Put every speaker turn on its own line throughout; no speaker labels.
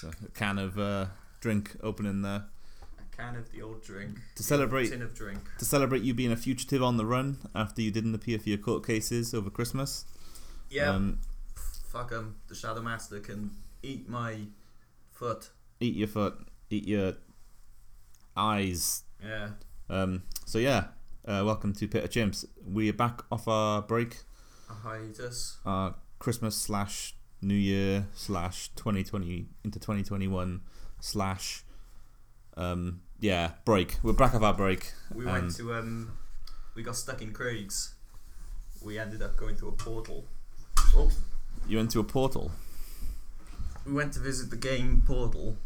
So a can of uh, drink opening there
A can of the old drink.
to celebrate
Tin of drink.
to celebrate you being a fugitive on the run after you didn't appear for your court cases over Christmas.
Yeah.
Um,
fuck 'em. The Shadow Master can eat my foot.
eat your foot. Eat your eyes.
Yeah.
Um, so yeah, uh, welcome to Pit of Chimps. We are back off our break,
A hiatus.
our Christmas slash New Year slash 2020 into 2021 slash um, yeah break. We're back off our break.
We
Um,
went to um, we got stuck in Craig's. We ended up going to a portal. Oh,
You went to a portal,
we went to visit the game portal.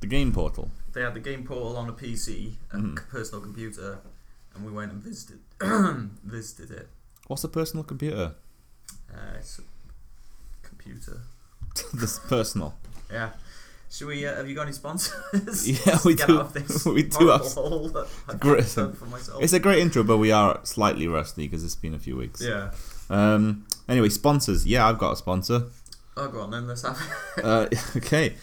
the game portal.
They had the game portal on a PC, a
Mhm.
c- personal computer, and we went and visited visited it.
What's a personal computer?
Uh, it's a computer.
this personal.
Yeah. Should we? Uh, have you got any sponsors?
Yeah,
Just
we
get
do-
Out of this
we do have-
hole that I
Great.
dug for myself.
It's a great intro, but we are slightly rusty because it's been a few weeks.
yeah.
Um. Anyway, sponsors. Yeah, I've got a sponsor.
Oh, go on then. Let's have.
uh, okay.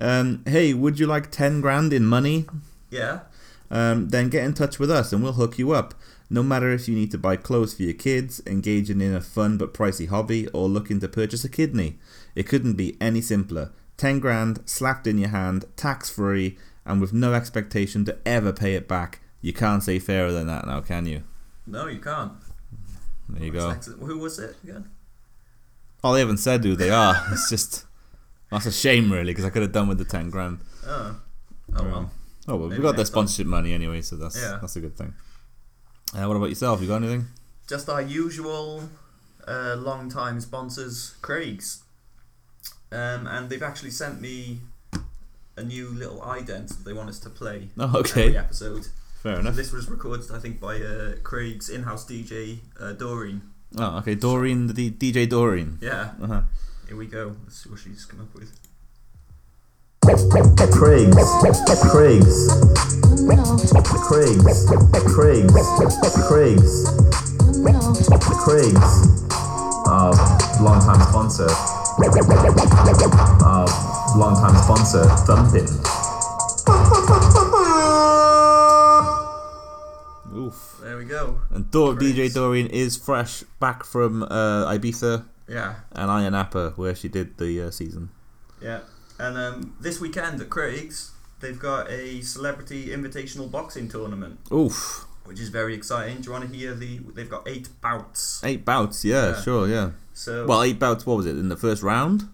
Um, hey, would you like 10 grand in money?
Yeah.
Um, then get in touch with us and we'll hook you up. No matter if you need to buy clothes for your kids, engaging in a fun but pricey hobby, or looking to purchase a kidney, it couldn't be any simpler. 10 grand slapped in your hand, tax free, and with no expectation to ever pay it back. You can't say fairer than that now, can you?
No, you can't.
There you
That's
go.
excellent. Who was it again?
Oh, they haven't said who they are. It's just. That's a shame, really, because I could have done with the 10 grand.
Oh. Oh well.
Oh well, we
Maybe
got their
next time.
sponsorship money anyway, so that's
Yeah.
that's a good thing. Uh, what about yourself? You got anything?
Just our usual uh, long time sponsors, Craig's. Um, and they've actually sent me a new little ident that they want us to play
No. Oh, Okay.
every episode.
Fair enough.
This was recorded, I think, by uh, Craig's in-house DJ uh, Doreen.
Oh, okay. Doreen, the D- DJ Doreen.
Yeah,
Uh-huh.
here we go. Let's see what she's come up with.
Craig's, Craig's,
No,
Craig's, Craig's, Craig's,
no,
Craig's. Our long-time sponsor. Our long-time sponsor, Thumpin. Oof.
There we go.
And Dor-
Great.
DJ Doreen is fresh back from uh, Ibiza
Yeah,
and Iron Napa, where she did the uh, season.
yeah. And um, this weekend at Craig's, they've got a celebrity invitational boxing tournament,
Oof,
which is very exciting. Do you want to hear the? They've got eight bouts.
eight bouts. Yeah,
Yeah.
sure, yeah.
So
Well, eight bouts. What was it in the first round?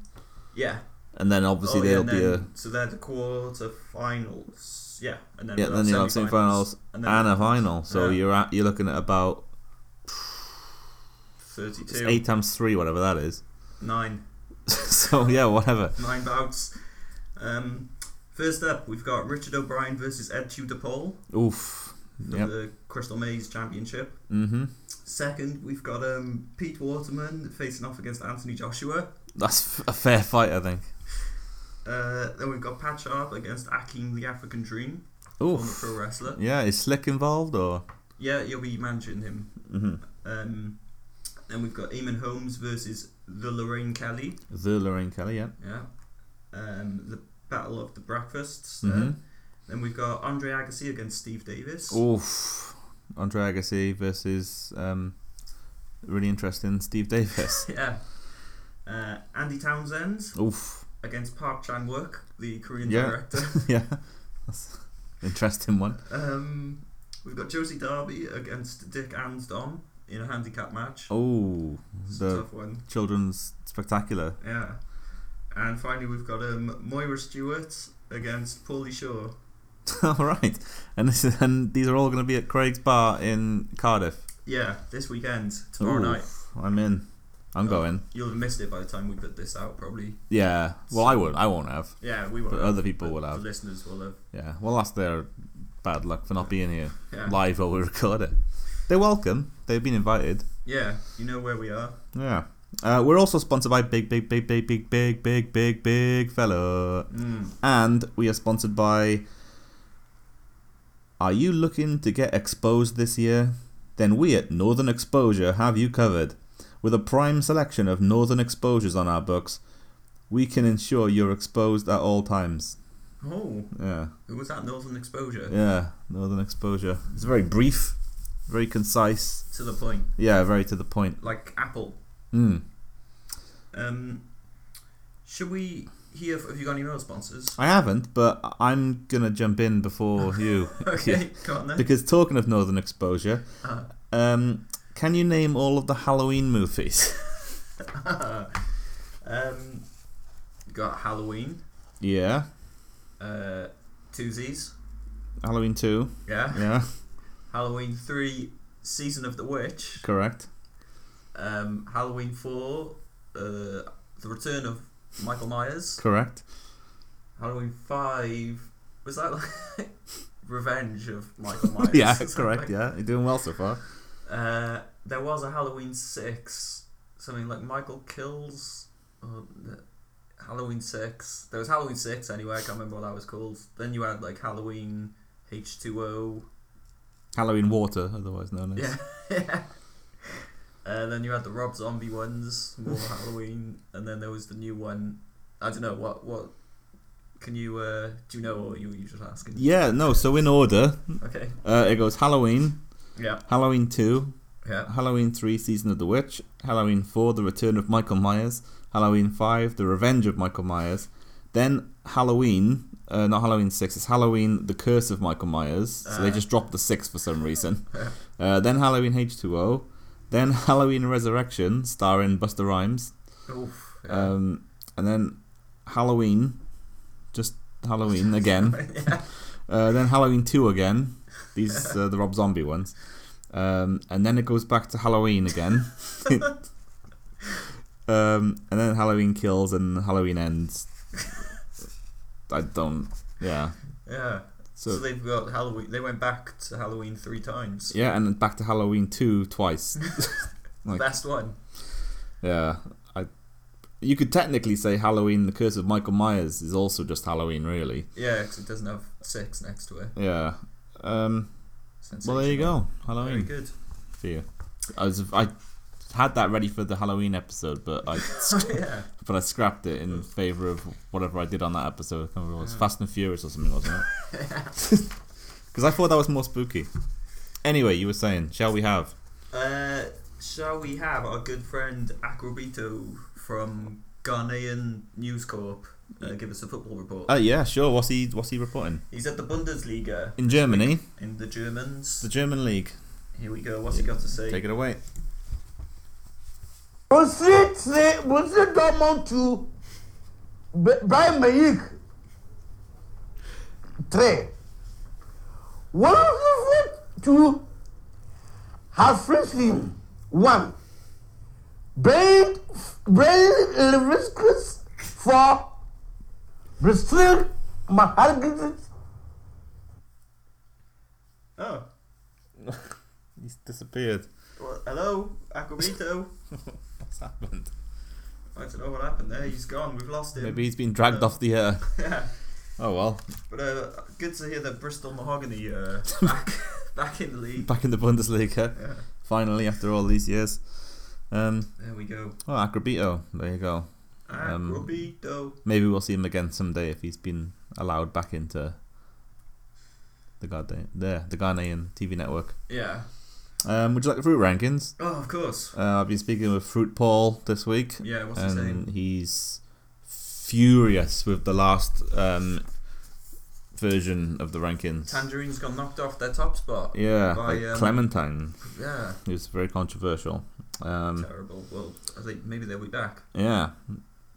yeah. Oh,
And then obviously
yeah,
there'll
and
be a
then- so they're the quarterfinals. Yeah, and then
yeah.
we'll
Then you'll have
semifinals,
semifinals
and then
and a final. So
Yeah.
you're at you're looking at about it's
thirty-two,
eight times three, whatever that is.
nine.
so yeah, whatever.
nine bouts. Um, first up, we've got Richard O'Brien versus Ed Tudor Paul
Oof.
for
Yep.
the Crystal Maze Championship.
Mm-hmm.
Second, we've got um, Pete Waterman facing off against Anthony Joshua.
That's f- a fair fight, I think.
Uh, then we've got Pat Sharp against Akeem the African Dream, former
Oof.
pro wrestler.
Yeah, is Slick involved or?
Yeah, you'll be managing him.
Mm-hmm.
Um, then we've got Eamon Holmes versus the Lorraine Kelly.
The Lorraine Kelly, yeah.
Yeah. Um, the Battle of the Breakfasts. there.
Mhm.
Then we've got Andre Agassi against Steve Davis.
Oof. Andre Agassi versus um, really interesting Steve Davis.
Yeah. Uh, Andy Townsend
Oof.
against Park Chan Wook, the Korean
Yeah.
director.
yeah. That's an interesting one.
Um, we've got Josie Darby against Dick Ansdom in a handicap match.
Oh,
it's a
the
tough one.
children's spectacular.
Yeah. And finally, we've got um, Moira Stewart against Paulie Shaw.
all right. And this is, and these are all going to be at Craig's Bar in Cardiff.
Yeah, this weekend, tomorrow
Ooh,
night.
I'm in. I'm
Oh.
going.
You'll have missed it by the time we put this out, probably.
Yeah. Well, I won't. I won't have.
Yeah, we will.
But other people will
The
have.
listeners will have.
Yeah. Well, that's their bad luck for not being here
Yeah.
live while we record it. They're welcome. They've been invited.
yeah, you know where we are.
Yeah. Uh, we're also sponsored by Big Big Big Big Big Big Big Big Big Fellow.
Mm.
And we are sponsored by Are you looking to get exposed this year? Then we at Northern Exposure have you covered. With a prime selection of Northern Exposures on our books, We can ensure you're exposed at all times.
Oh,
Yeah.
who was that? Northern Exposure.
Yeah. Northern Exposure. It's very brief, very concise.
To the point.
Yeah, very to the point.
Like Apple.
Mm.
Um, should we hear? Have you got any real sponsors?
I haven't, but I- I'm gonna jump in before you.
Okay, come on then.
Because talking of Northern Exposure,
Uh,
um, can you name all of the Halloween movies?
um, got Halloween,
yeah,
uh, Twosies,
Halloween two.
yeah.
Yeah,
Halloween three, Season of the Witch.
correct.
Um, Halloween four, uh, the return of Michael Myers.
Correct.
Halloween five, was that like Revenge of Michael Myers?
yeah,
or
correct.
something?
Yeah, you're doing well so far.
Uh, there was a Halloween six, something like Michael kills, or the- Halloween six. There was Halloween six anyway. I can't remember what that was called. Then you had like Halloween H two O.
Halloween Water, otherwise known as.
Yeah. Uh, then you had the Rob Zombie ones, more Halloween, and then there was the new one. I don't know what what. Can you uh, do you know or you you just asking?
Yeah, no. So in order,
Okay.
uh, it goes Halloween,
Yeah.
Halloween two,
Yeah.
Halloween 3 Season of the Witch, Halloween 4 The Return of Michael Myers, Halloween 5 The Revenge of Michael Myers, then Halloween, uh, not Halloween 6, it's Halloween The Curse of Michael Myers, so they
Uh.
just dropped the 6 for some reason. Uh, then Halloween H2O, then Halloween Resurrection starring Buster Rhymes,
Oof. Yeah.
um, and then Halloween, just Halloween again.
yeah.
Uh, then Halloween 2 again. These uh, the Rob Zombie ones. Um, and then it goes back to Halloween again. um, and then Halloween kills and Halloween ends. I don't. Yeah.
Yeah. So,
So,
they've got Halloween. They went back to Halloween three times.
yeah, and then back to Halloween 2 twice. like-
Best one.
yeah. I. You could technically say Halloween, The Curse of Michael Myers is also just Halloween, really.
Yeah, 'cause it doesn't have six next to it.
Yeah. Um, well,
Sensational.
there you go.
Very
Halloween.
good.
for you. I was I had that ready for the Halloween episode, but I
yeah.
but I scrapped it in favor of whatever I did on that episode. I can't remember what it was Fast and Furious or something, wasn't it? Because I thought that was more spooky. Anyway, you were saying, shall we have?
Uh, shall we have our good friend Acrobito from Ghanaian News Corp uh, give us a football report?
Uh, yeah, sure. What's he What's he reporting
He's at the Bundesliga
in Germany?
in the
The
Germans.
German league.
Here we go. What's he got to say?
Take it away.
Was it say was it Dortmund two B- Bayern Munich three? One of the two have Friesling one. Brain Brain Riskus for Bristol Mahargit
Oh,
He's disappeared.
well, hello, Acrobito.
What's happened?
I don't know what happened there. He's gone. We've lost him.
Maybe he's been dragged off the air.
Yeah.
Oh well,
But uh, good to hear that Bristol Mahogany uh, back, back in the league.
back in the Bundesliga
Yeah,
finally after all these years. Um,
there we go.
oh,
Ah,
Agrabito. There you go. Um,
Acrobito.
Maybe we'll see him again someday if he's been allowed back into the goddamn there the Ghanaian TV network.
yeah.
Um, would you like the fruit rankings?
Oh, of course.
Uh, I've been speaking with Fruit Paul this week,
Yeah, what's he
and
saying?
he's furious with the last um, version of the rankings.
Tangerine's got knocked off their top spot.
yeah,
by,
like
um,
Clementine.
Yeah.
It was very controversial. Um,
Terrible. Well, I think maybe they'll be back.
yeah.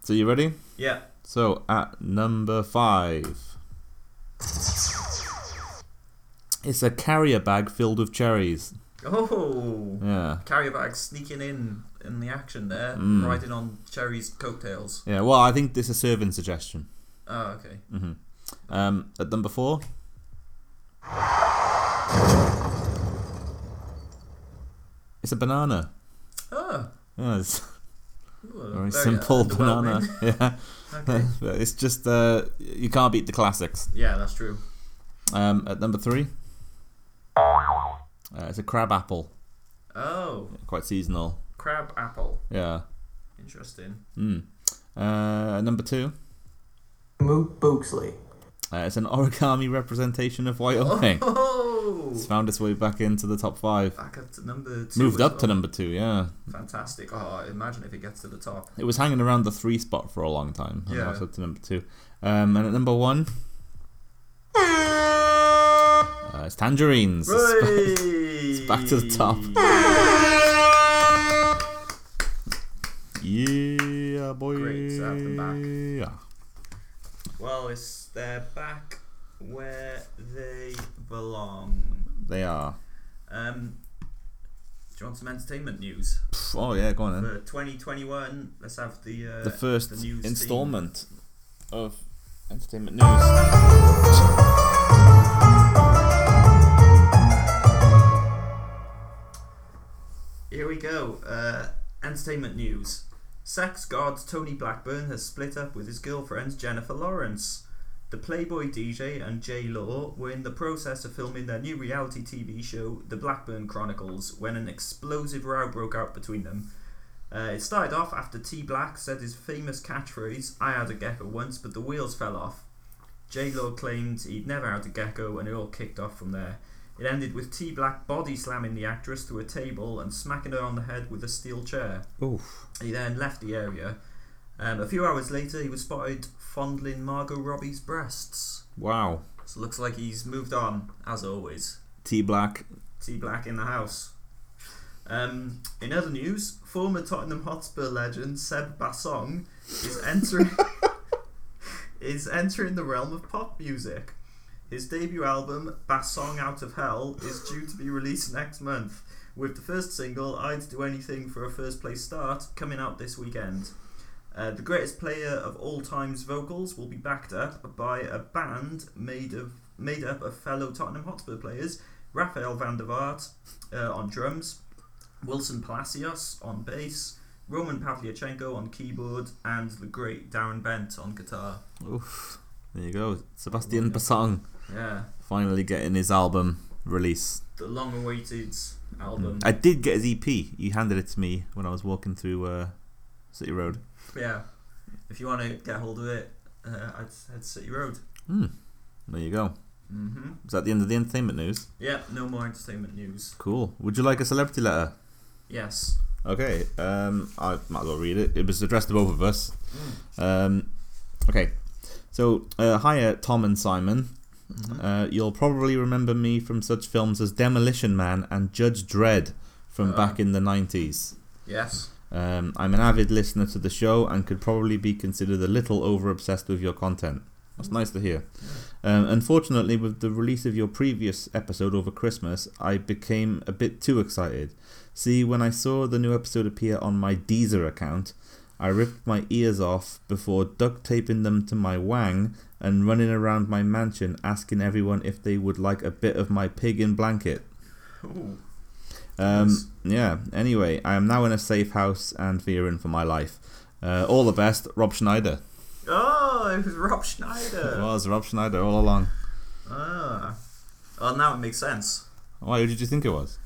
So you ready?
Yeah.
So at number five, it's a carrier bag filled with cherries.
Oh.
Yeah,
Carrier bag sneaking in in the action there,
Mm.
riding on Cherry's coattails.
yeah. Well, I think this is a serving suggestion.
Oh, okay.
hmm Um, at number four, it's a banana.
Oh.
Yeah, it's
well,
very
uh,
simple banana.
underwhelming.
Yeah,
okay.
But it's just uh, you can't beat the classics.
Yeah, that's true.
Um, at number three, uh, it's a crab apple,
Oh,
quite seasonal.
crab apple.
Yeah.
Interesting.
Mm. Uh, number two,
Moot Booksley.
uh, it's an origami representation of Wyoming.
Oh,
It's found its way back into the top five.
back up to number two.
Moved
as
up to
well.
number two, yeah.
Fantastic. Oh, imagine if it gets to the top.
It was hanging around the three spot for a long time. and now it's
Yeah.
up to number two. Um, and at number one, uh, it's Tangerines. It's
It's
back to the top. yeah, boy.
Great to have them back.
Yeah.
Well, it's they're back where they belong.
They are.
Um, do you want some entertainment news
Pff, Oh, yeah, go on then.
for 2021? Let's have the uh,
the first
news theme.
installment of entertainment news.
Here we go. Uh, entertainment news. Sex god Tony Blackburn has split up with his girlfriend Jennifer Lawrence. The Playboy DJ and J Law were in the process of filming their new reality TV show, The Blackburn Chronicles, when an explosive row broke out between them. Uh, it started off after T Black said his famous catchphrase, I had a gecko once, but the wheels fell off. J Law claimed he'd never had a gecko, and it all kicked off from there. It ended with T Black body slamming the actress to a table and smacking her on the head with a steel chair.
Oof.
He then left the area. Um, a few hours later, he was spotted fondling Margot Robbie's breasts.
Wow.
So looks like he's moved on, as always.
T Black.
T Black in the house. Um, in other news, former Tottenham Hotspur legend Seb Bassong is entering is entering the realm of pop music. His debut album, Bassong Out of Hell, is due to be released next month, with the first single, I'd Do Anything for a First Place Start, coming out this weekend. Uh, the greatest player of all time's vocals will be backed up by a band made of made up of fellow Tottenham Hotspur players, Raphael van der Vaart uh, on drums, Wilson Palacios on bass, Roman Pavlyuchenko on keyboard, and the great Darren Bent on guitar.
Oof. There you go. Sebastian Bassong
Yeah,
finally getting his album release.
the long-awaited album.
I did get his EP. He handed it to me when I was walking through uh, City Road.
Yeah, if you want to get hold of it, uh, I'd head City Road.
Hmm. There you go.
Mm-hmm.
Is that the end of the entertainment news?
Yeah, no more entertainment news.
Cool. Would you like a celebrity letter?
Yes.
Okay, um, I might as well read it. It was addressed to both of us. Um, okay, so uh, hiya, Tom and Simon. Uh, you'll probably remember me from such films as Demolition Man and Judge Dredd from
Uh.
back in the 90s.
Yes.
Um, I'm an avid listener to the show and could probably be considered a little over obsessed with your content. That's nice to hear. Um, unfortunately, with the release of your previous episode over Christmas, I became a bit too excited. See, when I saw the new episode appear on my Deezer account, I ripped my ears off before duct taping them to my wang and running around my mansion asking everyone if they would like a bit of my pig in blanket.
Ooh. Nice.
Um, yeah. Anyway, I am now in a safe house and fearing for my life. Uh, all the best, Rob Schneider.
Oh, it was Rob
It
Schneider.
was Rob Schneider all along.
ah. Well, now it makes sense.
Why? Who did you think it was?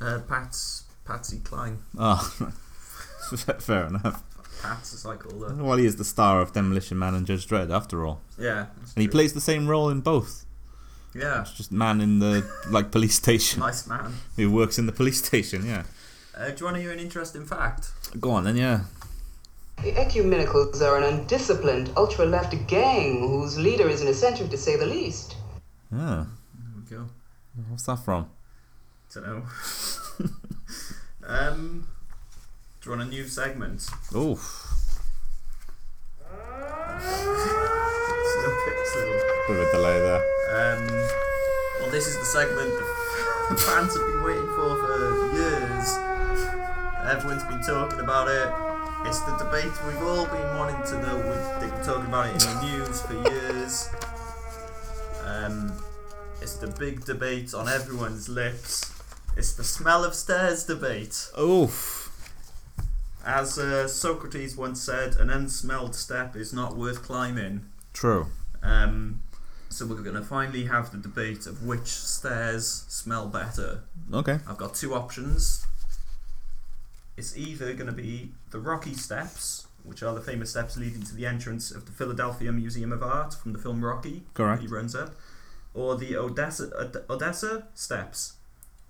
Uh, Pat's Patsy Klein.
Oh, f- fair enough.
Pat's is like all the
Well, he is the star of Demolition Man and Judge Dredd, after all,
yeah.
and he plays the same role in both.
yeah.
It's just man in the like police station
Nice man.
who works in the police station. Yeah.
Uh, do you want to hear an interesting fact?
Go on then. Yeah.
The Ecumenicals are an undisciplined ultra left gang whose leader is an eccentric to say the least.
Yeah.
There we go.
What's that from?
Oh, Don't know. um, do you want a new segment?
Oof.
It's a little bit- it's a little-
Bit of a delay there.
Um, well, this is the segment the fans have been waiting for for years. Everyone's been talking about it. It's the debate we've all been wanting to know. We've they've been talking about it in the news for years. Um, it's the big debate on everyone's lips. It's the smell of stairs debate.
Oof.
As uh, Socrates once said, an unsmelled step is not worth climbing.
True.
Um, so we're going to finally have the debate of which stairs smell better.
Okay.
I've got two options. It's either going to be the rocky steps, which are the famous steps leading to the entrance of the Philadelphia Museum of Art from the film Rocky.
Correct.
He runs up, or the Odessa Od- Odessa steps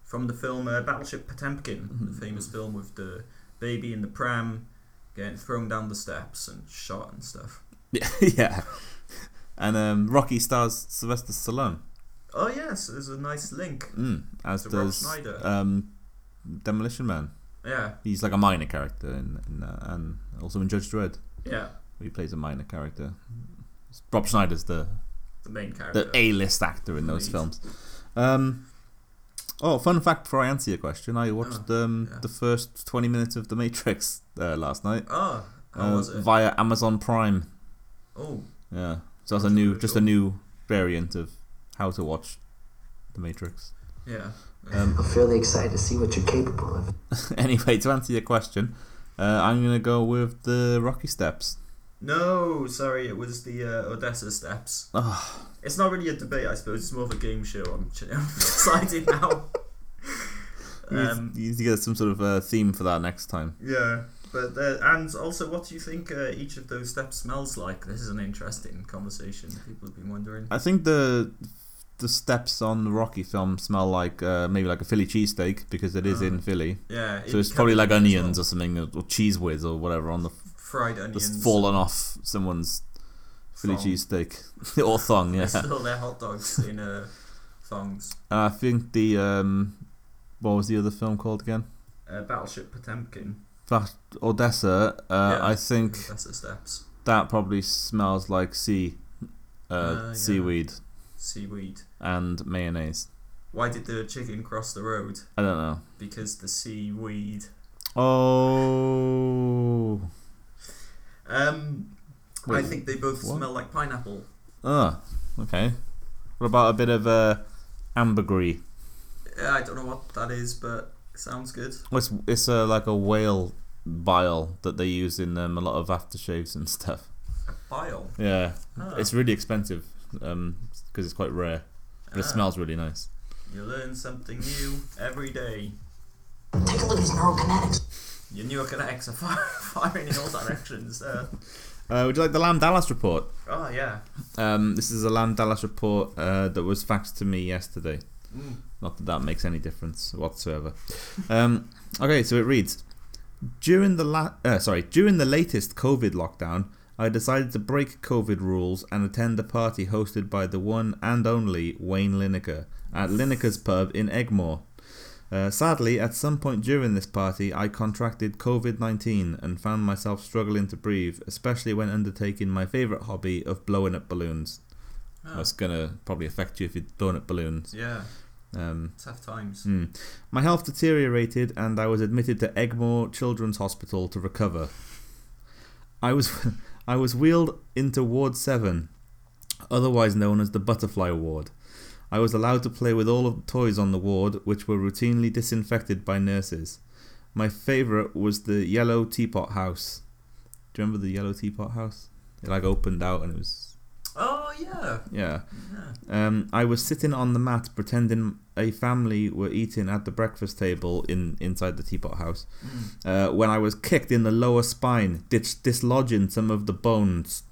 from the film uh, Battleship Potemkin, the famous film with the baby in the pram getting thrown down the steps and shot and stuff.
yeah. And um, Rocky stars Sylvester Stallone.
Oh yes, there's a nice link.
Mm, as
So Rob
does
Schneider.
um, Demolition Man.
Yeah,
He's like a minor character, in, in, uh, and also in Judge Dredd,
yeah,
he plays a minor character. Rob Schneider's the
the main
the
character.
A list actor in those
Indeed.
films. Um, oh, fun fact! Before I answer your question, I watched um,
Oh, yeah.
the first twenty minutes of The Matrix uh, last night
Oh, how
uh,
was it?
via Amazon Prime.
oh,
Yeah, so that's a
That's
new,
pretty
just a
cool.
new variant of how to watch The Matrix.
yeah.
Um,
I'm fairly excited to see what you're capable of.
anyway, to answer your question, uh, I'm gonna go with the Rocky Steps.
No, sorry, it was the uh, Odessa steps.
Oh,
It's not really a debate, I suppose. It's more of a game show. I'm, ch- I'm deciding now. um,
you need to get some sort of uh, theme for that next time.
yeah, but uh, and also, what do you think uh, each of those steps smells like? This is an interesting conversation. People have been wondering.
I think the the steps on the Rocky film smell like uh, maybe like a Philly cheesesteak because it is in Philly,
Yeah,
so
Uh, it
it's
can
probably
be
like
different as
onions
well.
or something or cheese whiz or whatever on the
fried onions.
just fallen off someone's Philly
Thong.
cheesesteak or thong.
They're
Yeah,
still their hot dogs in uh, thongs.
and I think the um, what was the other film called again?
Uh, Battleship Potemkin.
Fast Odessa. Uh,
Yeah.
I think.
Odessa steps.
that probably smells like sea, uh,
Uh, yeah.
seaweed
Seaweed.
and mayonnaise.
Why did the chicken cross the road?
I don't know.
Because the seaweed.
Oh,
Um,
Wait,
I think they both
what?
smell like pineapple.
ah, okay. What about a bit of uh, ambergris?
Yeah, I don't know what that is, but it sounds good.
It's it's uh, like a whale bile that they use in um, a lot of aftershaves and stuff.
A bile.
Yeah,
Ah.
it's really expensive because it's quite rare, but it
Ah.
smells really nice.
You learn something new every day.
Take a look at these neural kinetics.
Your new kinetics are fire- firing in all directions. Uh,
Uh, would you like the Lamb Dallas report?
oh yeah.
Um, this is a Lamb Dallas report uh, that was faxed to me yesterday.
Mm.
Not that that makes any difference whatsoever. Um, okay, so it reads: During the la- uh, sorry, during the latest COVID lockdown, I decided to break COVID rules and attend a party hosted by the one and only Wayne Lineker at Lineker's pub in Egmore. Uh, sadly, at some point during this party, I contracted COVID 19 and found myself struggling to breathe, especially when undertaking my favourite hobby of blowing up balloons.
Oh.
That's going to probably affect you if you're blowing up balloons.
Ah, Yeah.
Um,
Tough times.
Hmm. My health deteriorated and I was admitted to Egmore Children's Hospital to recover. I was I was wheeled into Ward 7, otherwise known as the Butterfly Ward. I was allowed to play with all of the toys on the ward, which were routinely disinfected by nurses. My favourite was the Yellow Teapot House. Do you remember the Yellow Teapot House? It like opened out and it was
Oh yeah.
yeah. Um, I was sitting on the mat pretending a family were eating at the breakfast table in inside the teapot house. Uh, when I was kicked in the lower spine, dis- dislodging some of the bones.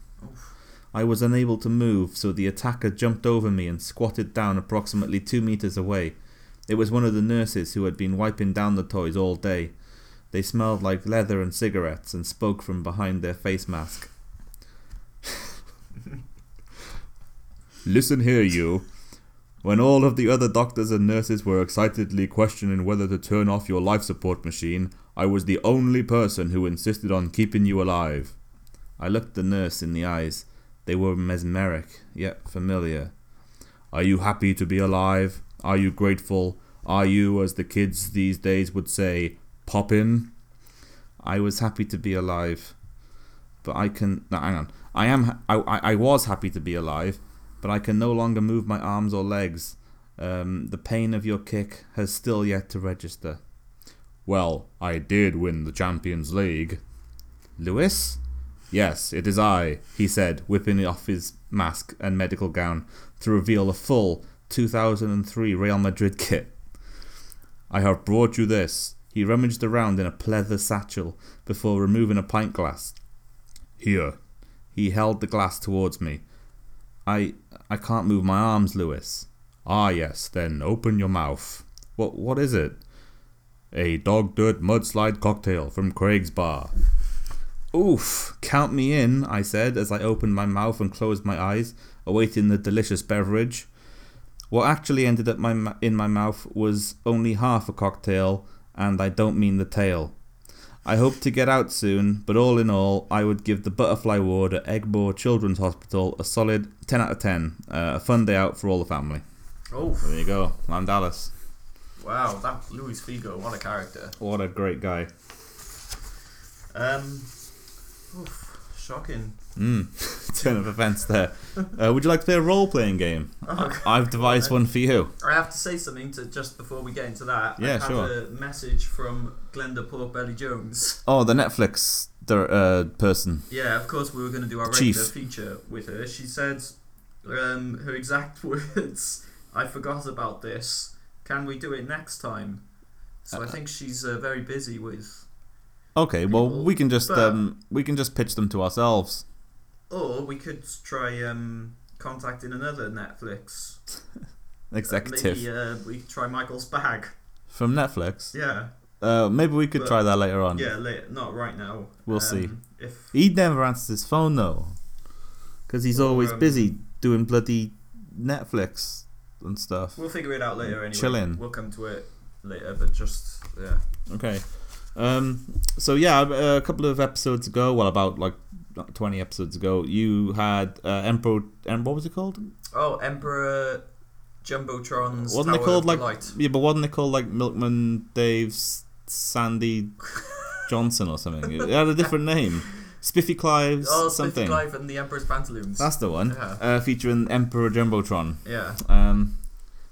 I was unable to move, so the attacker jumped over me and squatted down approximately two meters away. It was one of the nurses who had been wiping down the toys all day. They smelled like leather and cigarettes and spoke from behind their face mask. Listen here, you. When all of the other doctors and nurses were excitedly questioning whether to turn off your life support machine, I was the only person who insisted on keeping you alive. I looked the nurse in the eyes. They were mesmeric, yet familiar. Are you happy to be alive? Are you grateful? Are you, as the kids these days would say, poppin'? I was happy to be alive but I can. No, hang on. I am. I, I, I was happy to be alive, but I can no longer move my arms or legs. Um, the pain of your kick has still yet to register. Well, I did win the Champions League. Lewis? Yes, it is I, he said, whipping off his mask and medical gown to reveal a full 2003 Real Madrid kit. I have brought you this. He rummaged around in a pleather satchel before removing a pint glass. Here. He held the glass towards me. I I can't move my arms, Lewis. Ah yes, then open your mouth. What what is it? A dog dirt mudslide cocktail from Craig's bar. Oof, count me in, I said as I opened my mouth and closed my eyes, awaiting the delicious beverage. What actually ended up my m- in my mouth was only half a cocktail, and I don't mean the tail. I hope to get out soon, but all in all, I would give the Butterfly Ward at Eggbore Children's Hospital a solid 10 out of 10. Uh, a fun day out for all the family.
Oh,
There you go. I'm Dallas.
wow, that Luis Figo, what a character.
What a great guy.
Um, oof, shocking.
Hmm, Turn of events there. Uh, would you like to play a role playing game?
Okay.
I've devised one for you.
I have to say something to just before we get into that.
Yeah,
I had
sure.
a message from Glenda Porkbelly Jones.
Oh, the Netflix dir- uh, person.
Yeah, of course we were going to do our
Chief.
regular feature with her. She said um, her exact words. I forgot about this. Can we do it next time? So I think she's uh, very busy with,
Okay, well
People,
we can just
but-
um, we can just pitch them to ourselves.
or we could try um, contacting another Netflix uh,
Executive
Maybe uh, we could try Michael's bag.
from Netflix.
Yeah,
Uh, maybe we could
But-
try that later on.
yeah, later, not right now.
Um, We'll
Um,
see.
If
He never answers his phone though, because he's always
um,
busy doing bloody Netflix and stuff.
we'll figure it out later anyway.
Chillin'.
We'll come to it later, but just yeah.
Okay. Um, so yeah, a couple of episodes ago, well, about like twenty episodes ago, you had uh, Emperor. Em- what was it called?
Oh, Emperor Jumbotron's
Wasn't
Tower
it called
of
like
Delight.
yeah? But wasn't it called like Milkman Dave's Sandy Johnson or something? It had a different name. Spiffy Clive's
Oh,
something.
something. Clive and the Emperor's Pantaloons.
That's the one.
Yeah.
Uh, featuring Emperor Jumbotron.
yeah.
Um,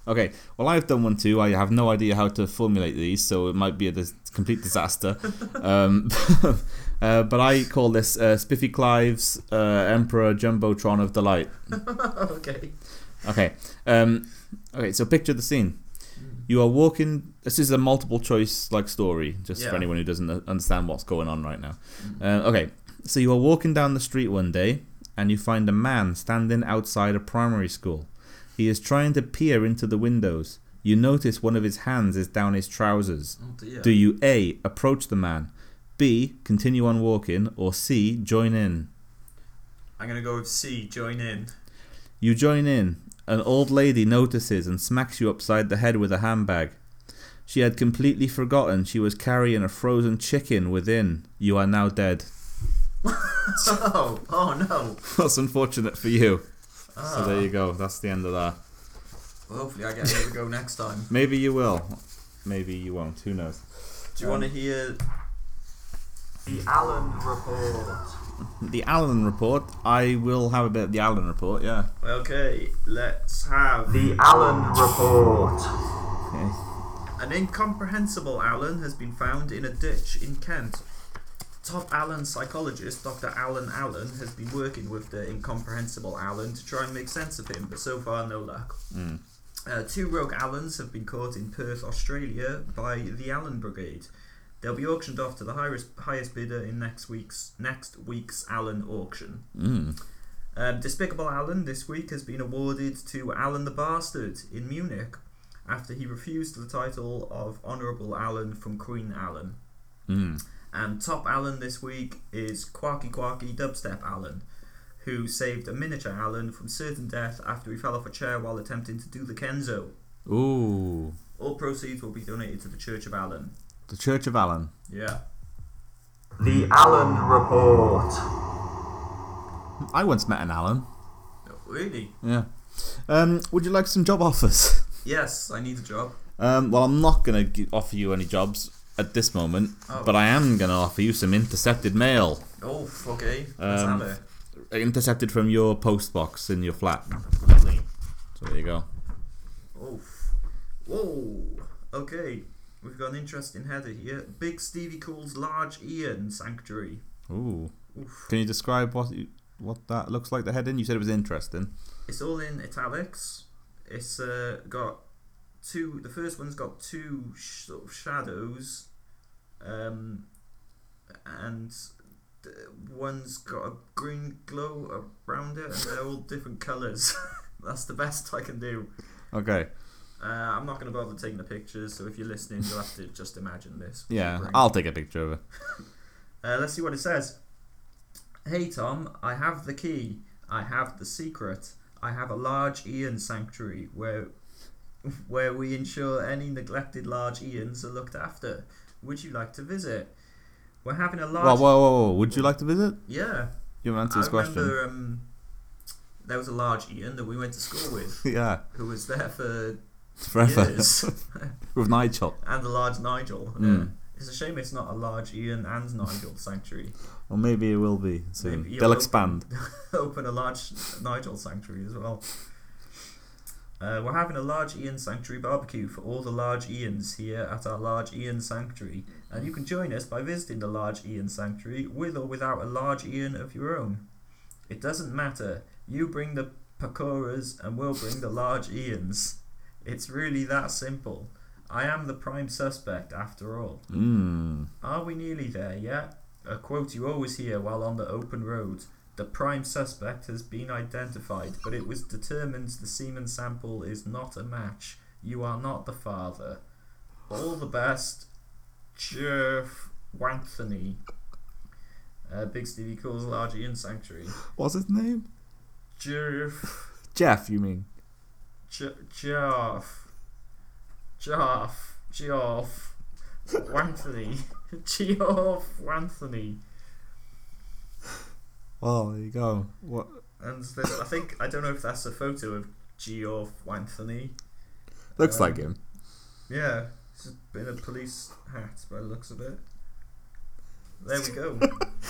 okay, well, I've done one too. I have no idea how to formulate these, so it might be a dis- complete disaster. um, uh, but I call this uh, Spiffy Clive's uh, Emperor Jumbotron of Delight.
okay.
Okay. Um, okay. So picture the scene. You are walking. This is a multiple choice like story, just for
Yeah.
anyone who doesn't uh, understand what's going on right now. Uh, okay. So you are walking down the street one day, and you find a man standing outside a primary school. He is trying to peer into the windows. You notice one of his hands is down his trousers.
Oh dear.
Do you A. Approach the man, B. Continue on walking, or C. Join in?
I'm gonna go with C. Join in.
You join in. An old lady notices and smacks you upside the head with a handbag. She had completely forgotten she was carrying a frozen chicken within. You are now dead.
Oh, oh no. Ah,
That's unfortunate for you. So there you go. That's the end of that.
Well, hopefully, I get another go next time.
Maybe you will. Maybe you won't. Who knows? Um,
Do you want to hear?
The Allen Report.
The Allen report. I will have a bit of the Allen report. Yeah.
Okay, let's have
The Allen Report.
Okay.
An incomprehensible Allen has been found in a ditch in Kent. Top Allen psychologist Dr. Alan Allen has been working with the incomprehensible Allen to try and make sense of him, but so far no luck. Uh, two rogue Allens have been caught in Perth, Australia by the Allen Brigade. They'll be auctioned off to the highest, highest bidder in next week's next week's Allen auction. Um, Despicable Alan this week has been awarded to Alan the Bastard in Munich after he refused the title of Honourable Alan from Queen Alan. And top Alan this week is Quarky Quarky Dubstep Alan, who saved a miniature Alan from certain death after he fell off a chair while attempting to do the Kenzo.
Ooh.
All proceeds will be donated to the Church of Alan.
The Church of Allen.
Yeah.
The Allen Report.
I once met an Allen.
Really?
Yeah. Um, would you like some job offers?
Yes, I need a job.
Um, well, I'm not going to offer you any jobs at this moment,
Oh.
but I am going to offer you some intercepted mail,
Oh, okay. Let's
Um,
have it.
intercepted from your post box in your flat. So there you go.
Oh, whoa. Okay, we've got an interesting header here. Big Stevie calls large Ian sanctuary.
Ooh. Can you describe what you, what that looks like? The heading. You said it was interesting.
It's all in italics. It's uh, got two. The first one's got two sh- sort of shadows, um, and d- one's got a green glow around it, and they're all different colours. That's the best I can do.
Okay.
Uh, I'm not going to bother taking the pictures, so if you're listening, you'll have to just imagine this.
Yeah,
Bring-
I'll take a picture of it.
Uh, let's see what it says. Hey Tom, I have the key. I have the secret. I have a large Ian sanctuary where where we ensure any neglected large Ians are looked after. Would you like to visit? We're having a large
Whoa, whoa, whoa, whoa. Would you like to visit?
yeah.
You haven't answered
I
this question.
remember um, there was a large Ian that we went to school with
Yeah,
who was there for
forever.
years,
With Nigel.
and the large Nigel. Yeah.
Mm.
It's a shame it's not a large Ian and Nigel sanctuary.
Or maybe it will be soon.
Maybe, yeah,
They'll
we'll-
expand.
open a large Nigel sanctuary as well. Uh, we're having a large Ian sanctuary barbecue for all the large Ians here at our large Ian sanctuary, and you can join us by visiting the large Ian sanctuary with or without a large Ian of your own. It doesn't matter. You bring the pakoras, and we'll bring the large Ians. It's really that simple. I am the prime suspect after all.
Mm.
Are we nearly there yet? A quote you always hear while on the open road. The prime suspect has been identified, but it was determined the semen sample is not a match. You are not the father. All the best, Jeff Wanthony. Uh, Big Stevie calls large Ian Sanctuary.
What's his name?
Jeff.
Jeff, you mean?
J- Jeff. Jeff. Jeff. Wanthony. Jeff Wanthony.
Well, there you go. What?
And there's, I think I don't know if that's a photo of Geoff Wanthony.
Looks
Um,
like him.
Yeah, he's in a police hat by the looks of it. There we go.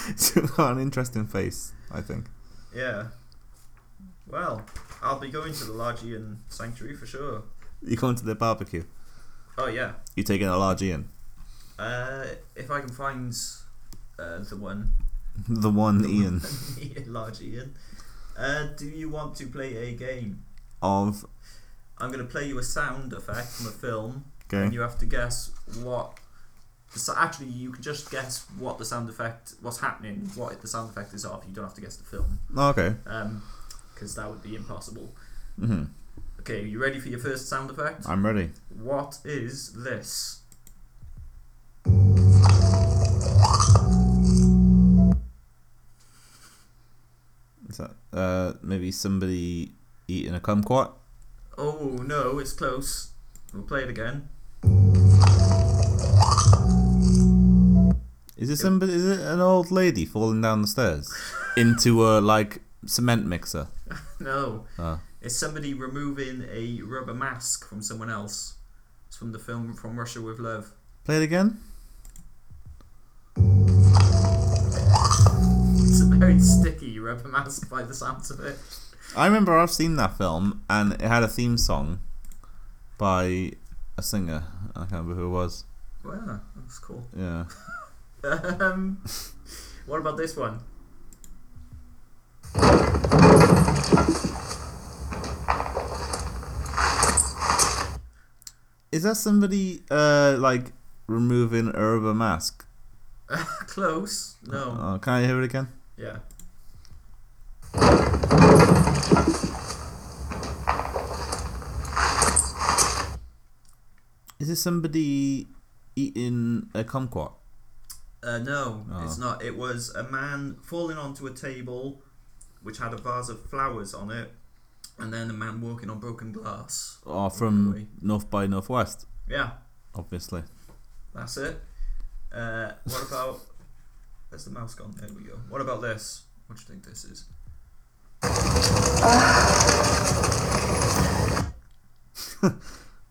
He's got an interesting face, I think.
yeah. Well, I'll be going to the Largian Sanctuary for sure.
You come to the barbecue.
Oh yeah.
You taking a large Ian.
Uh, if I can find uh, the one
The one Ian
large Ian, uh, do you want to play a game?
of.
I'm gonna play you a sound effect from a film. and
Okay.
you have to guess what. So actually, you can just guess what the sound effect, what's happening, what the sound effect is of. You don't have to guess the film,
Oh, okay.
because that would be impossible.
hmm
Okay, you ready for your first sound effect?
I'm ready.
What is this?
Is that uh, maybe somebody eating a kumquat?
Oh no, it's close. We'll play it again.
Is it somebody? Is it an old lady falling down the stairs into a like cement mixer?
No,
Oh.
it's somebody removing a rubber mask from someone else. It's from the film From Russia with Love.
Play it again.
It's a very sticky rubber mask by the sounds of it.
I remember I've seen that film and it had a theme song by a singer. I can't remember who it was.
Wow, that's cool.
Yeah.
Um, what about this one?
Is that somebody uh like removing a rubber mask?
Close. No.
Oh, can I hear it again?
Yeah.
Is it somebody eating a kumquat?
Uh, no, it's
Oh.
not. It was a man falling onto a table which had a vase of flowers on it, and then a man walking on broken glass.
Or from
Probably.
North by Northwest,
Yeah,
obviously.
that's it. Uh, what about. Where's the mouse gone? There we go. What about this? What do you think this is?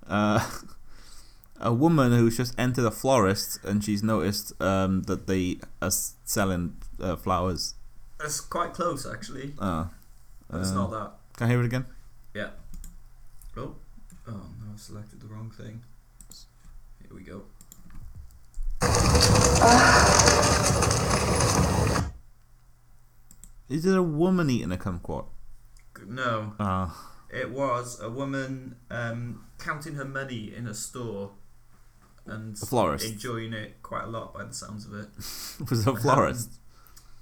Uh, a woman who's just entered a florist and she's noticed um, that they are s- selling uh, flowers.
That's quite close, actually.
Uh,
But it's
uh,
not that.
Can I hear it again?
Yeah. Oh. Oh, no, I selected the wrong thing. Here we go.
Is it a woman eating a kumquat?
G- No,
Ah.
It was a woman um, counting her money in a store and
A florist.
enjoying it quite a lot by the sounds of it.
was a florist.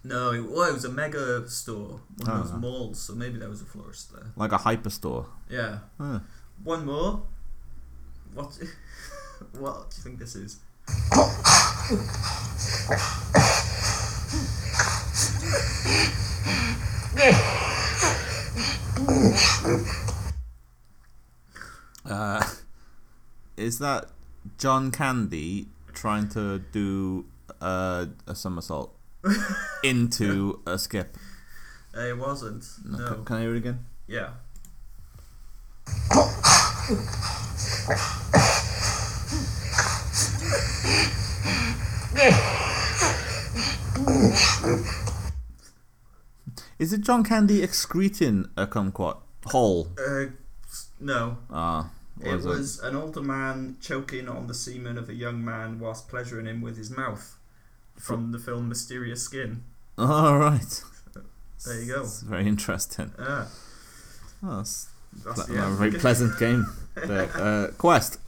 No, it, well, it was a mega store, one of those
Ah.
malls, so maybe there was a florist there.
Like a hyperstore.
Yeah.
Huh.
One more. What? what do you think this is?
Uh, is that John Candy trying to do uh, a somersault into a skip?
Uh, it wasn't.
No,
No.
Can, can I hear it again?
Yeah.
Is it John Candy excreting a kumquat whole?
Uh, s- no.
Ah, what
It
is
was an older man choking on the semen of a young man whilst pleasuring him with his mouth from the film Mysterious Skin.
All right.
There you go.
It's very interesting.
Ah,
Oh, that's
that's
ple-
the
a
end.
very pleasant game. there. Uh, quest.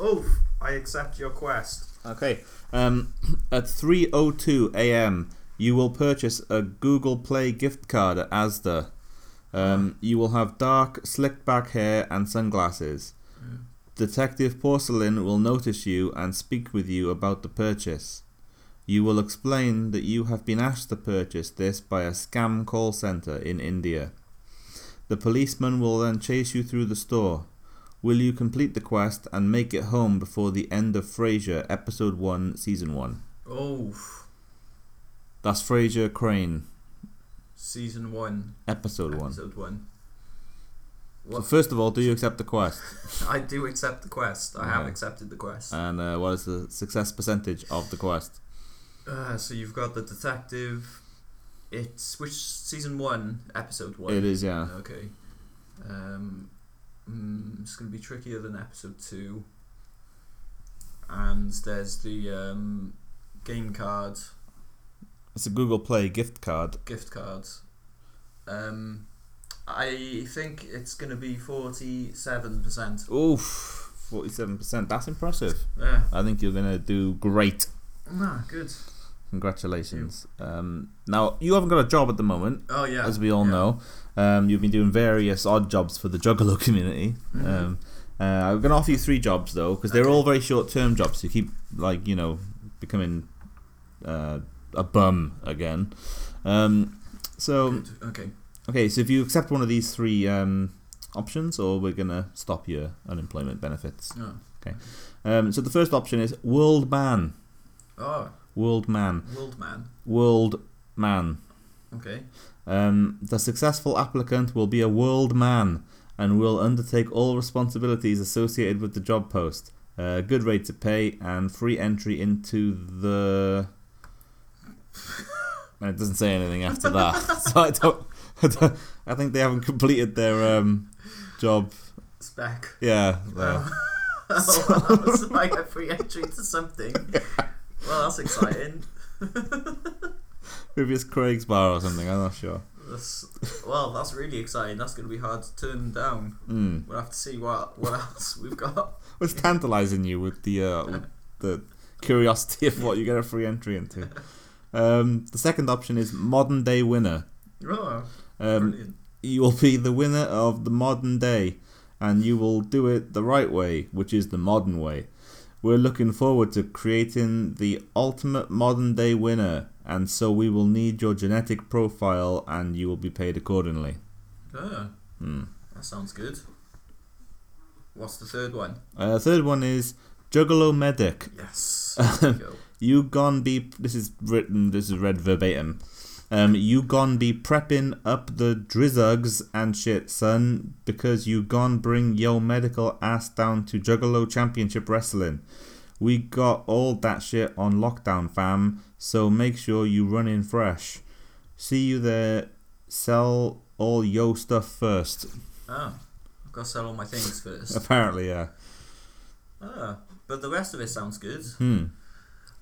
Oh, I accept your quest.
Okay. Um, at 3:02 a.m., you will purchase a Google Play gift card at Asda. Um, you will have dark, slicked back hair and sunglasses. Detective Porcelain will notice you and speak with you about the purchase. You will explain that you have been asked to purchase this by a scam call center in India. The policeman will then chase you through the store. Will you complete the quest and make it home before the end of Frasier, episode 1, season 1?
Oh,
That's Frasier Crane,
season one,
episode 1.
episode one.
So
What?
first of all, do you accept the quest?
I do accept the quest. I have
Okay.
accepted the quest.
And uh, what is the success percentage of the quest?
Uh, so you've got the detective. It's which season one, episode one.
It is, yeah.
Okay. Um, mm, it's going to be trickier than episode two. And there's the um, game card,
It's a Google Play gift card.
gift card. Um, I think it's going to be forty-seven percent.
Oof, 47%. That's impressive.
Yeah.
I think you're going to do great.
Ah, good.
Congratulations. Um, now, you haven't got a job at the moment.
Oh yeah.
as we all
yeah.
know. Um, you've been doing various odd jobs for the Juggalo community. Um, uh, I'm going to offer you three jobs though, because they're
Mm-hmm. Okay.
all very short-term jobs. You keep like you know becoming uh, a bum again. Um, so
Good, Okay.
okay, so if you accept one of these three um, options, or we're going to stop your unemployment benefits.
Oh.
Um, so the first option is world man,
oh,
world man,
world man.
world man.
Okay.
Um, the successful applicant will be a world man and will undertake all responsibilities associated with the job post. Uh, good rate to pay and free entry into the. And it doesn't say anything after that, so I don't. I, don't, I think they haven't completed their um, job.
Spec.
Yeah, there.
Oh, that was like a free entry to something. Well, that's exciting.
maybe it's Craig's bar or something. I'm not sure.
That's, well, that's really exciting. That's going to be hard to turn down.
Mm.
We'll have to see what what else we've got.
was tantalising you with the uh, with the curiosity of what you get a free entry into. Um, the second option is modern day winner.
Oh,
Um,
brilliant.
you will be the winner of the modern day, and you will do it the right way, which is the modern way. We're looking forward to creating the ultimate modern day winner, and so we will need your genetic profile, and you will be paid accordingly.
Oh,
Hmm.
that sounds good. What's the third one?
Uh, the third one is Juggalo Medic.
Yes. there we go.
You gon' be. This is written. This is read verbatim. Um, you gon' be prepping up the drizzugs and shit, son, because you gon' bring yo medical ass down to Juggalo Championship Wrestling. We got all that shit on lockdown, fam. So make sure you run in fresh. See you there. Sell all yo stuff first.
Oh, I've got to sell all my things first.
Apparently, yeah.
Ah, but the rest of it sounds good.
Hmm.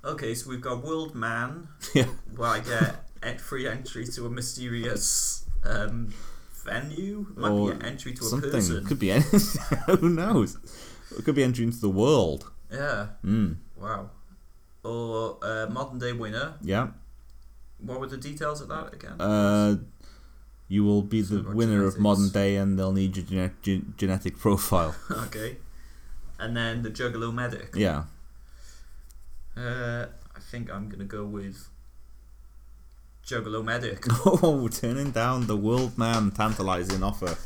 Okay, so we've got World Man,
Yeah.
where I get en- free entry to a mysterious um, venue. Might
Or
be an entry to a
Something
person.
could be anything. Who knows? It could be entry into the world.
Yeah.
Mm.
Wow. Or uh, modern day winner,
Yeah.
What were the details of that again?
Uh, you will be the
Something about
winner of
genetics.
modern day, and they'll need your gene- gen- genetic profile.
okay. And then the Juggalo Medic.
yeah,
Uh, I think I'm gonna go with Juggalo Medic.
Oh, turning down the world man tantalizing offer.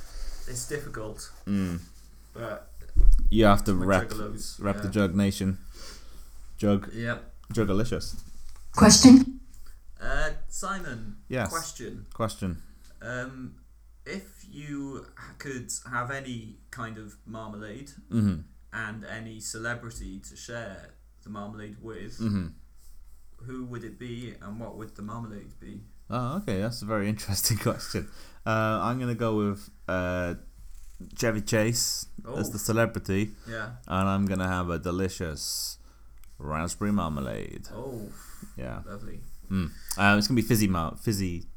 it's difficult,
Mm.
but
You have to
My
rep,
juggalos,
rep the
yeah.
Jug Nation. Jug,
yep.
Juggalicious.
Question?
Uh, Simon.
Yes.
Question.
Question.
Um, if you could have any kind of marmalade
Mhm.
and any celebrity to share the marmalade with,
Mhm.
who would it be, and what would the marmalade be?
Oh, okay, that's a very interesting question. Uh, I'm gonna go with uh, Chevy Chase as
Oh.
the celebrity,
Yeah.
and I'm gonna have a delicious raspberry marmalade.
Oh,
Yeah,
lovely.
mm. uh, it's gonna be fizzy mar- fizzy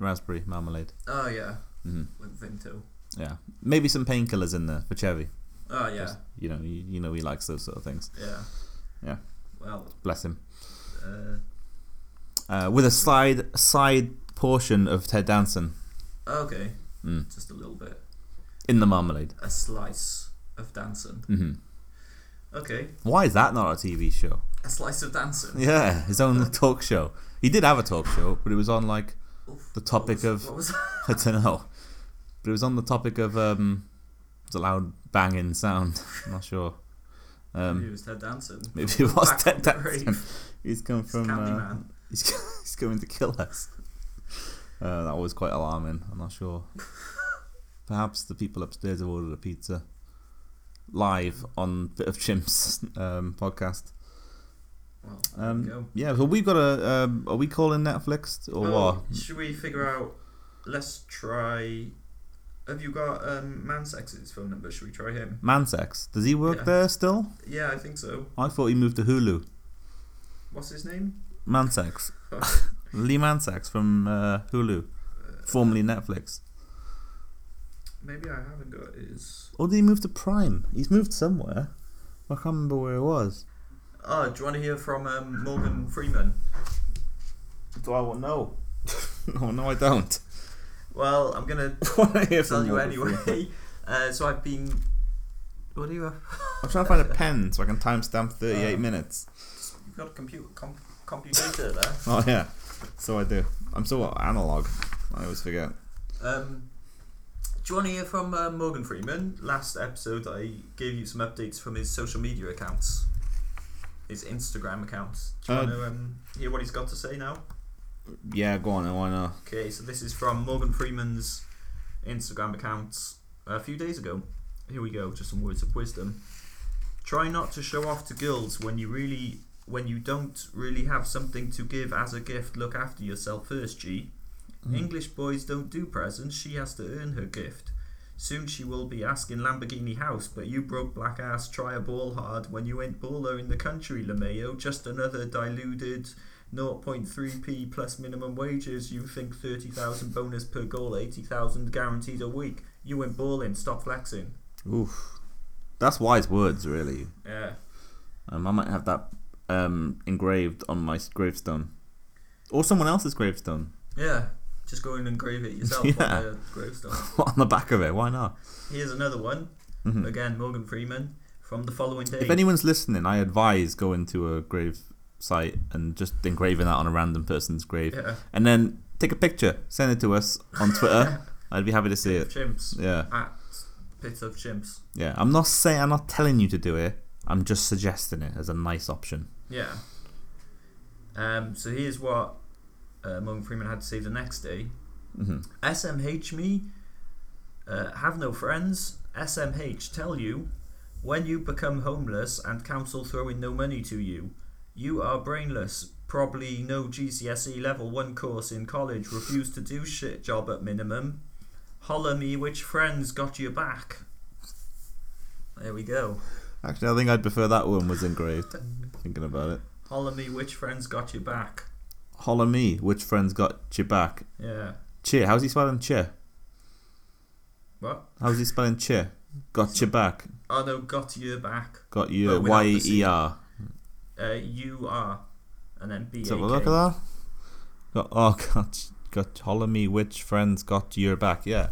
raspberry marmalade.
Oh yeah.
Mhm.
With Vinto.
Yeah, maybe some painkillers in there for Chevy.
Oh yeah.
You know, you, you know he likes those sort of things.
Yeah.
Yeah.
Well,
Bless him.
uh,
Uh, with a side side portion of Ted Danson
okay.
Mm.
Just a little bit.
in the marmalade.
A slice of dancing.
hmm
Okay.
Why is that not a TV show?
A slice of dancing.
Yeah, his own talk show. He did have a talk show, but it was on like
Oof,
The topic
what was,
of-
What was that?
I don't know, but it was on the topic of um, it was a loud banging sound. I'm not sure.
Maybe
Um,
it was Ted Danson.
maybe it was
Back
Ted
from the
Danson.
grave.
He's come from. Uh,
Candyman.
he's he's going to kill us. Uh, that was quite alarming. I'm not sure. Perhaps the people upstairs have ordered a pizza live on Bit of Chimps um, podcast.
Well, there we go.
Um, yeah, so we've got a. Um, are we calling Netflix or
Oh,
what?
Should we figure out? Let's try. Have you got um, Mansex's phone number? Should we try him?
Mansex. Does he work
Yeah.
there still?
Yeah, I think so.
I thought he moved to Hulu.
What's his name?
Mansex.
Oh,
Lee Mansex from uh, Hulu, formerly Netflix.
Maybe I haven't got his.
Or did he move to Prime? He's moved somewhere. I can't remember where it was.
Oh, do you want to hear from um, Morgan Freeman?
Do I want no? oh no, I don't.
Well, I'm gonna
Want to hear
tell
from
you
Morgan Freeman.
anyway. Uh, so I've been. What do you have?
I'm trying to find a pen so I can timestamp 38
Uh.
minutes.
You've got a computer, com- computer there.
Oh yeah, so I do. I'm so analog. I always forget.
Um, do you want to hear from uh, Morgan Freeman? Last episode, I gave you some updates from his social media accounts, his Instagram accounts. Do you
Uh,
want to um, hear what he's got to say now?
Yeah, go on. I wanna.
Okay, so this is from Morgan Freeman's Instagram account a few days ago. Here we go, just some words of wisdom. Try not to show off to girls when you really when you don't really have something to give as a gift. Look after yourself first, G.
Hmm.
English boys don't do presents. She has to earn her gift. Soon she will be asking Lamborghini house, but you broke black ass try a ball hard when you ain't baller in the country, LeMayo. Just another diluted 0.3p plus minimum wages. You think 30,000 bonus per goal, 80,000 guaranteed a week. You ain't balling. Stop flexing.
Oof. That's wise words, really.
Yeah.
Um, I might have that um, engraved on my s- gravestone, or someone else's gravestone
Yeah. Just go and engrave it yourself
Yeah.
on the gravestone.
on the back of it. Why not? Mm-hmm.
Here's another one. Again, Morgan Freeman from the following day.
Hmm. If anyone's listening, I advise going to a grave site and just engraving that on a random person's grave,
Yeah.
and then take a picture, send it to us on Twitter. I'd be happy to see it.
Chimps.
Yeah,
At Pit of Chimps.
yeah. I'm not saying I'm not telling you to do it. I'm just suggesting it as a nice option.
Yeah. Um, so here's what uh, Morgan Freeman had to say the next day.
Mhm.
SMH me, uh, have no friends. SMH tell you, when you become homeless and council throwing no money to you, you are brainless. Probably no GCSE E level one course in college. Refuse to do shit job at minimum. Holler me which friends got your back. There we go.
Actually, I think I'd prefer that one was engraved. thinking about it.
Holler me which friends got your back.
Holler me, which friend's got your back?
Yeah.
Cheer. How's he spelling cheer?
What?
How's he spelling cheer? Got your back.
Oh no, got your back.
Got you.
But without
Y
the
E
C.
E R.
Uh, you are, and then B A
Let's
K.
have a look at that. Got, oh, got, got holler me which friends got your back. Yeah.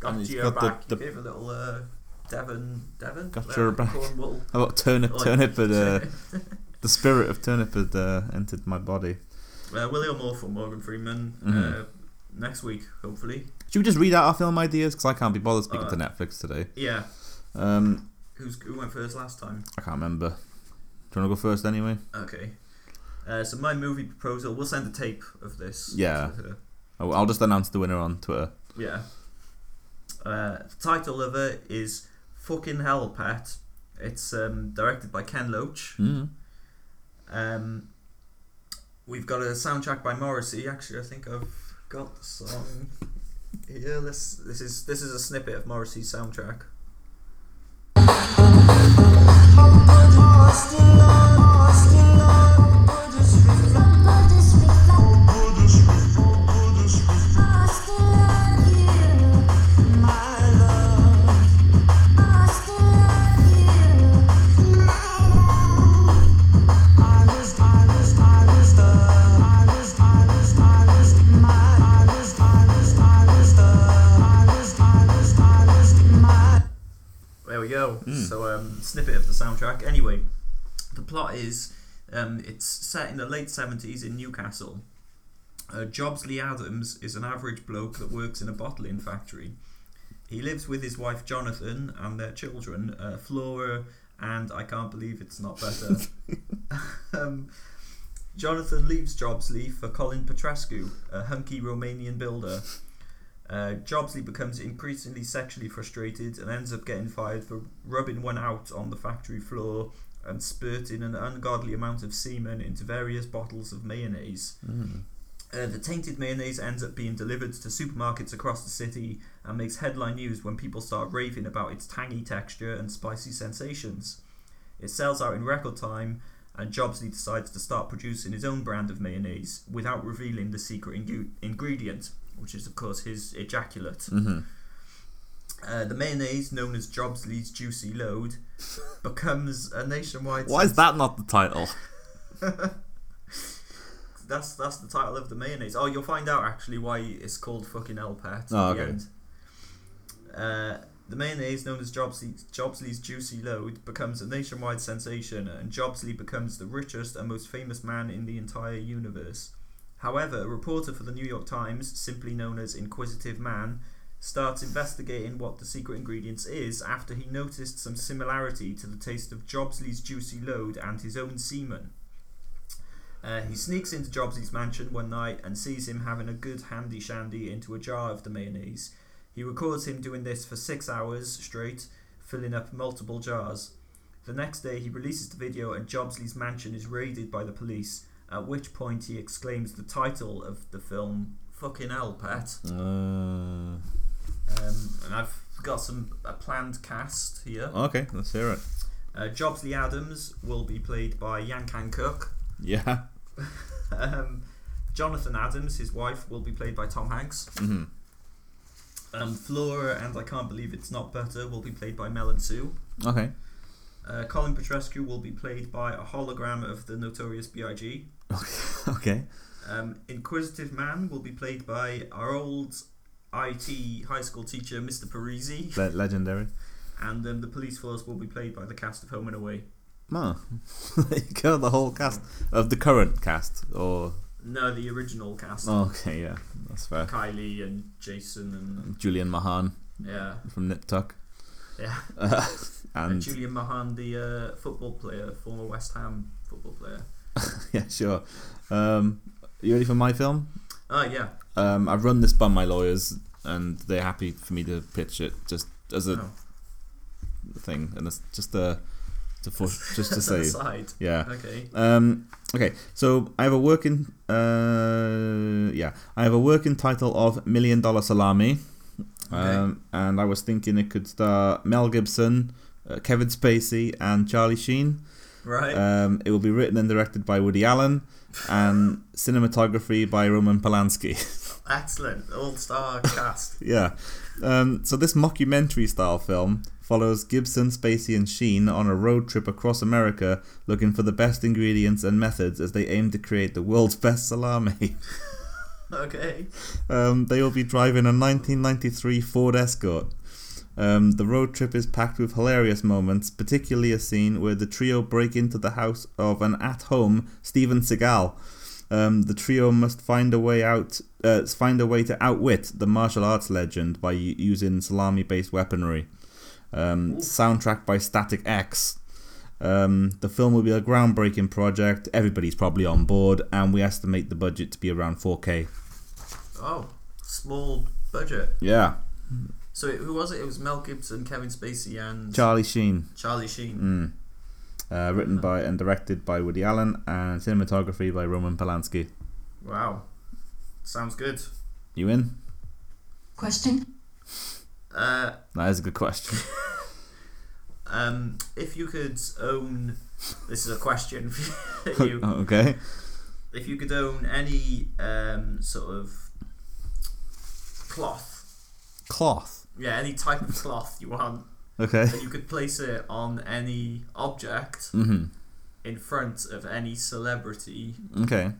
Got
he's
your
got the-
back.
the-
Gave a little uh, Devon. Devon.
Got
Uh,
your back.
Cornwall.
How about turnip?
Like-
Turnip had, uh, the spirit of turnip had uh, entered my body.
Uh, Willie O'More for Morgan Freeman. Uh,
Mm-hmm.
next week, hopefully.
Should we just read out our film ideas? Because I can't be bothered speaking to Netflix today.
Yeah.
Um,
Who's who went first last time?
I can't remember. Do you want to go first anyway?
Okay. Uh, so my movie proposal. We'll send a tape of this.
Yeah.
to her.
Oh, I'll just announce the winner on Twitter.
Yeah. Uh, the title of it is "Fucking Hell, Pat." It's um, directed by Ken Loach.
Mm.
Um, we've got a soundtrack by Morrissey. Actually, I think I've got the song. Yeah, this this is this is a snippet of Morrissey's soundtrack. There we go. So, um, snippet of the soundtrack. Anyway, the plot is um, it's set in the late 70s in Newcastle. Uh, Jobs Lee Adams is an average bloke that works in a bottling factory. He lives with his wife Jonathan and their children, uh, Flora, and I can't believe it's not better. um, Jonathan leaves Jobsley for Colin Petrescu, a hunky Romanian builder. Uh, Jobsley becomes increasingly sexually frustrated and ends up getting fired for rubbing one out on the factory floor and spurting an ungodly amount of semen into various bottles of mayonnaise. Uh, the tainted mayonnaise ends up being delivered to supermarkets across the city and makes headline news when people start raving about its tangy texture and spicy sensations. It sells out in record time, and Jobsley decides to start producing his own brand of mayonnaise without revealing the secret ingu- ingredient, which is, of course, his ejaculate.
Mm. Mm-hmm.
Uh, the mayonnaise, known as Jobsley's Juicy Load, becomes a nationwide.
Why is that not the title?
That's that's the title of the mayonnaise. Oh, you'll find out actually why it's called fucking El Pat.
Oh,
at
okay.
the end. Uh, the mayonnaise, known as Jobsley, Jobsley's Juicy Load, becomes a nationwide sensation, and Jobsley becomes the richest and most famous man in the entire universe. However, a reporter for the New York Times, simply known as Inquisitive Man, starts investigating what the secret ingredients is after he noticed some similarity to the taste of Jobsley's Juicy Load and his own semen. Uh, he sneaks into Jobsley's mansion one night and sees him having a good handy shandy into a jar of the mayonnaise. He records him doing this for six hours straight, filling up multiple jars. The next day, he releases the video, and Jobsley's mansion is raided by the police. At which point, he exclaims the title of the film, "Fucking hell, Pat."
Uh,
Um, and I've got some a planned cast here.
okay, let's hear it.
Uh, Jobsley Adams will be played by Yankan Cook.
Yeah.
Um, Jonathan Adams, his wife, will be played by Tom Hanks.
Mhm.
Um, Flora and I Can't Believe It's Not Better will be played by Mel and Sue.
Okay.
Uh, Colin Petrescu will be played by a hologram of the notorious B.I.G.
Okay.
Um, Inquisitive Man will be played by our old IT high school teacher, Mr. Parisi.
Le- legendary.
And um, the police force will be played by the cast of Home and Away.
Oh. there you go, the whole cast. Of the current cast. Or.
No, the original cast.
Oh, okay, yeah. That's fair.
Kylie and Jason
Julian Mahan
and yeah,
from Nip Tuck.
yeah.
Uh,
And
and.
Julian Mahan, the uh, football player, former West Ham football player.
Yeah, sure. Um, you ready for my film?
Oh yeah,
Um, I've run this by my lawyers, and they're happy for me to pitch it just as a
Oh.
thing, and it's just a to for, just to
that's an
say,
aside.
yeah.
Okay.
Um, okay, so I have a working, uh, yeah, I have a working title of Million Dollar Salami, um, and I was thinking it could star Mel Gibson, uh, Kevin Spacey, and Charlie Sheen.
Right.
Um, it will be written and directed by Woody Allen, and cinematography by Roman Polanski.
Excellent. All star cast.
Yeah. Um, so this mockumentary style film follows Gibson, Spacey, and Sheen on a road trip across America looking for the best ingredients and methods as they aim to create the world's best salami.
Okay.
Um, they will be driving a 1993 Ford Escort. Um, the road trip is packed with hilarious moments, particularly a scene where the trio break into the house of an at-home Steven Seagal. Um, the trio must find a way out, uh, find a way to outwit the martial arts legend by u- using salami-based weaponry. Um, soundtrack by Static X. Um, the film will be a groundbreaking project. Everybody's probably on board, and we estimate the budget to be around 4K.
Oh, small budget.
Yeah.
So it, who was it? It was Mel Gibson, Kevin Spacey, and
Charlie Sheen,
Charlie
Mm.
Sheen.
uh, written by and directed by Woody Allen, and cinematography by Roman Polanski.
Wow. Sounds good.
You in?
Question.
Uh,
That is a good question.
um, if you could own, this is a question for you.
okay.
If you could own any um, sort of cloth,
Cloth.
yeah, any type of cloth you want,
Okay.
and you could place it on any object
hmm
in front of any celebrity
Okay.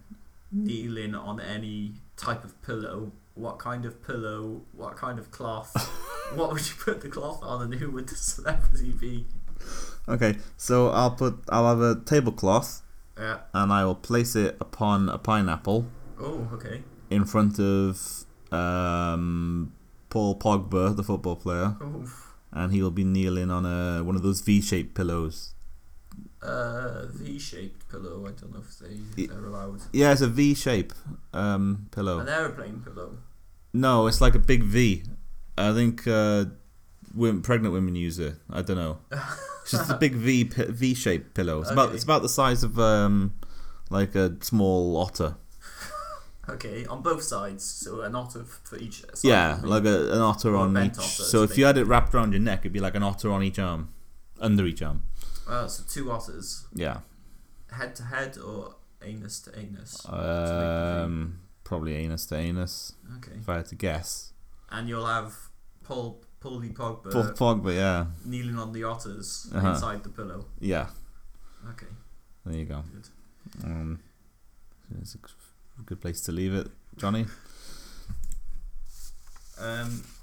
kneeling on any type of pillow, what kind of pillow, what kind of cloth, what would you put the cloth on, and who would the celebrity be?
Okay. So I'll put. I'll have a tablecloth,
Yeah.
and I will place it upon a pineapple
Oh, okay.
in front of um, Paul Pogba, the football player,
Oh,
and he will be kneeling on a one of those V-shaped pillows.
uh, V-shaped pillow. I don't know if they
Y-
they're allowed.
Yeah, it's a V shape um, pillow.
An aeroplane pillow.
No, it's like a big V. I think uh, women, pregnant women use it. I don't know. It's just a big V pi- V shaped pillow. It's about
Okay.
it's about the size of um, like a small otter.
Okay, on both sides, so an otter f- for each side.
yeah, like a, an otter
Or a
on
bent
each.
otter,
so
it's
if you had it wrapped around your neck, it'd be like an otter on each arm, under each arm.
Uh, so two otters,
Yeah.
head to head or anus to anus.
Uh,
to make the
Um, probably anus to anus,
V. okay.
if I had to guess.
And you'll have Paul Paulie Pogba
Paul Pogba, yeah,
kneeling on the otters
Uh-huh.
inside the pillow.
yeah.
Okay,
There you go.
good.
Um, it's a g- good place to leave it, Johnny.
Um,